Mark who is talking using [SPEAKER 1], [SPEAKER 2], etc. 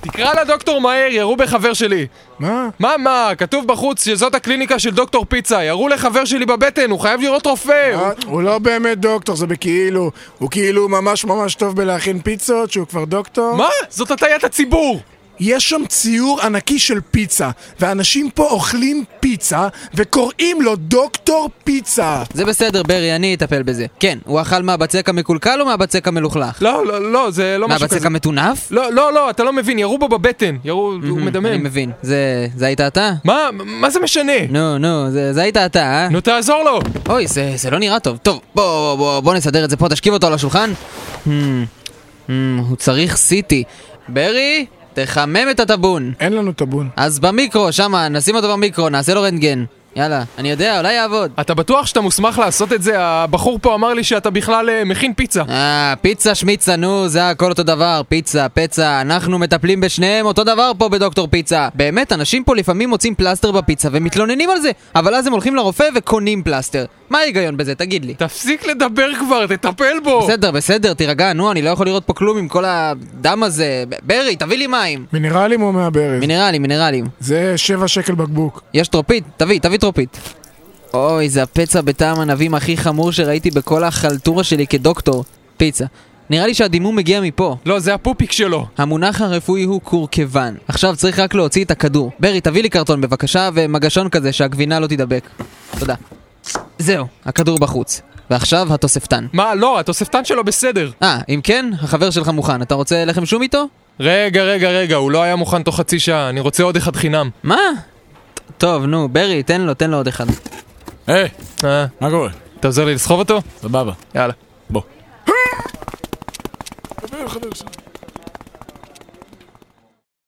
[SPEAKER 1] תקרא לדוקטור מהר, ירו בחבר שלי.
[SPEAKER 2] מה?
[SPEAKER 1] מה, מה, כתוב בחוץ שזאת הקליניקה של דוקטור פיצה, ירו לחבר שלי בבטן, הוא חייב לראות רופא. הוא-
[SPEAKER 2] אה, הוא לא באמת דוקטור, זה בכאילו. הוא כאילו ממש ממש טוב בלהכין פיצות, שהוא כבר דוקטור.
[SPEAKER 1] מה? זאת הטיית הציבור!
[SPEAKER 2] יש שם ציור ענקי של פיצה, ואנשים פה אוכלים פיצה, וקוראים לו דוקטור פיצה.
[SPEAKER 3] זה בסדר, ברי, אני אטפל בזה. כן, הוא אכל מהבצק המקולקל או מהבצק המלוכלך?
[SPEAKER 1] לא, לא, לא, זה לא משהו
[SPEAKER 3] מהבצק
[SPEAKER 1] כזה.
[SPEAKER 3] המטונף? Hmm,
[SPEAKER 1] לא, לא, לא, אתה לא מבין, ירו בו בבטן, ירו, הוא
[SPEAKER 3] אני
[SPEAKER 1] מדמם.
[SPEAKER 3] מבין. זה... זה היית אתה?
[SPEAKER 1] מה, מה זה משנה?
[SPEAKER 3] נו, נו, זה זה היית אתה, אה?
[SPEAKER 1] נו, תעזור לו!
[SPEAKER 3] אוי, זה, זה לא נראה טוב. טוב, בוא, בוא, בוא, בוא נסדר את זה פה, תשכיב אותו על השולחן. Hmm, hmm, הוא צריך סיטי. ברי, תחמם את הטאבון.
[SPEAKER 2] אין לנו טאבון.
[SPEAKER 3] אז במיקרו, שמה, נשים אותו במיקרו, נעשה לו רנטגן. יאללה, אני יודע, אולי יעבוד.
[SPEAKER 1] אתה בטוח שאתה מוסמך לעשות את זה? הבחור פה אמר לי שאתה בכלל אה, מכין פיצה.
[SPEAKER 3] אה, פיצה שמיצה, נו, זה הכל אותו דבר, פיצה, פצע, אנחנו מטפלים בשניהם אותו דבר פה בדוקטור פיצה. באמת, אנשים פה לפעמים מוצאים פלסטר בפיצה ומתלוננים על זה, אבל אז הם הולכים לרופא וקונים פלסטר. מה ההיגיון בזה, תגיד לי?
[SPEAKER 1] תפסיק לדבר כבר, תטפל בו!
[SPEAKER 3] בסדר, בסדר, תירגע, נו, אני לא יכול לראות פה כלום עם כל הדם הזה. ב- ברי, תביא לי מים!
[SPEAKER 2] מינרלים או מהברז?
[SPEAKER 3] מינרלים, מינרלים.
[SPEAKER 2] זה שבע שקל בקבוק.
[SPEAKER 3] יש טרופית? תביא, תביא טרופית. אוי, זה הפצע בטעם ענבים הכי חמור שראיתי בכל החלטורה שלי כדוקטור. פיצה. נראה לי שהדימום מגיע מפה.
[SPEAKER 1] לא, זה הפופיק שלו.
[SPEAKER 3] המונח הרפואי הוא קורקוון. עכשיו צריך רק להוציא את הכדור. ברי, תביא לי קרטון בבקשה, ומגשון כזה שהגבינה לא תידבק. תודה. זהו, הכדור בחוץ. ועכשיו התוספתן.
[SPEAKER 1] מה, לא, התוספתן שלו בסדר.
[SPEAKER 3] אה, אם כן, החבר שלך מוכן. אתה רוצה לחם שום איתו?
[SPEAKER 1] רגע, רגע, רגע, הוא לא היה מוכן תוך חצי שעה, אני רוצה עוד אחד חינם.
[SPEAKER 3] מה? ט- טוב, נו, ברי, תן לו, תן לו עוד אחד.
[SPEAKER 4] היי,
[SPEAKER 1] אה,
[SPEAKER 4] מה קורה?
[SPEAKER 1] אתה עוזר לי לסחוב אותו?
[SPEAKER 4] סבבה.
[SPEAKER 1] יאללה.
[SPEAKER 2] אה,
[SPEAKER 4] בוא.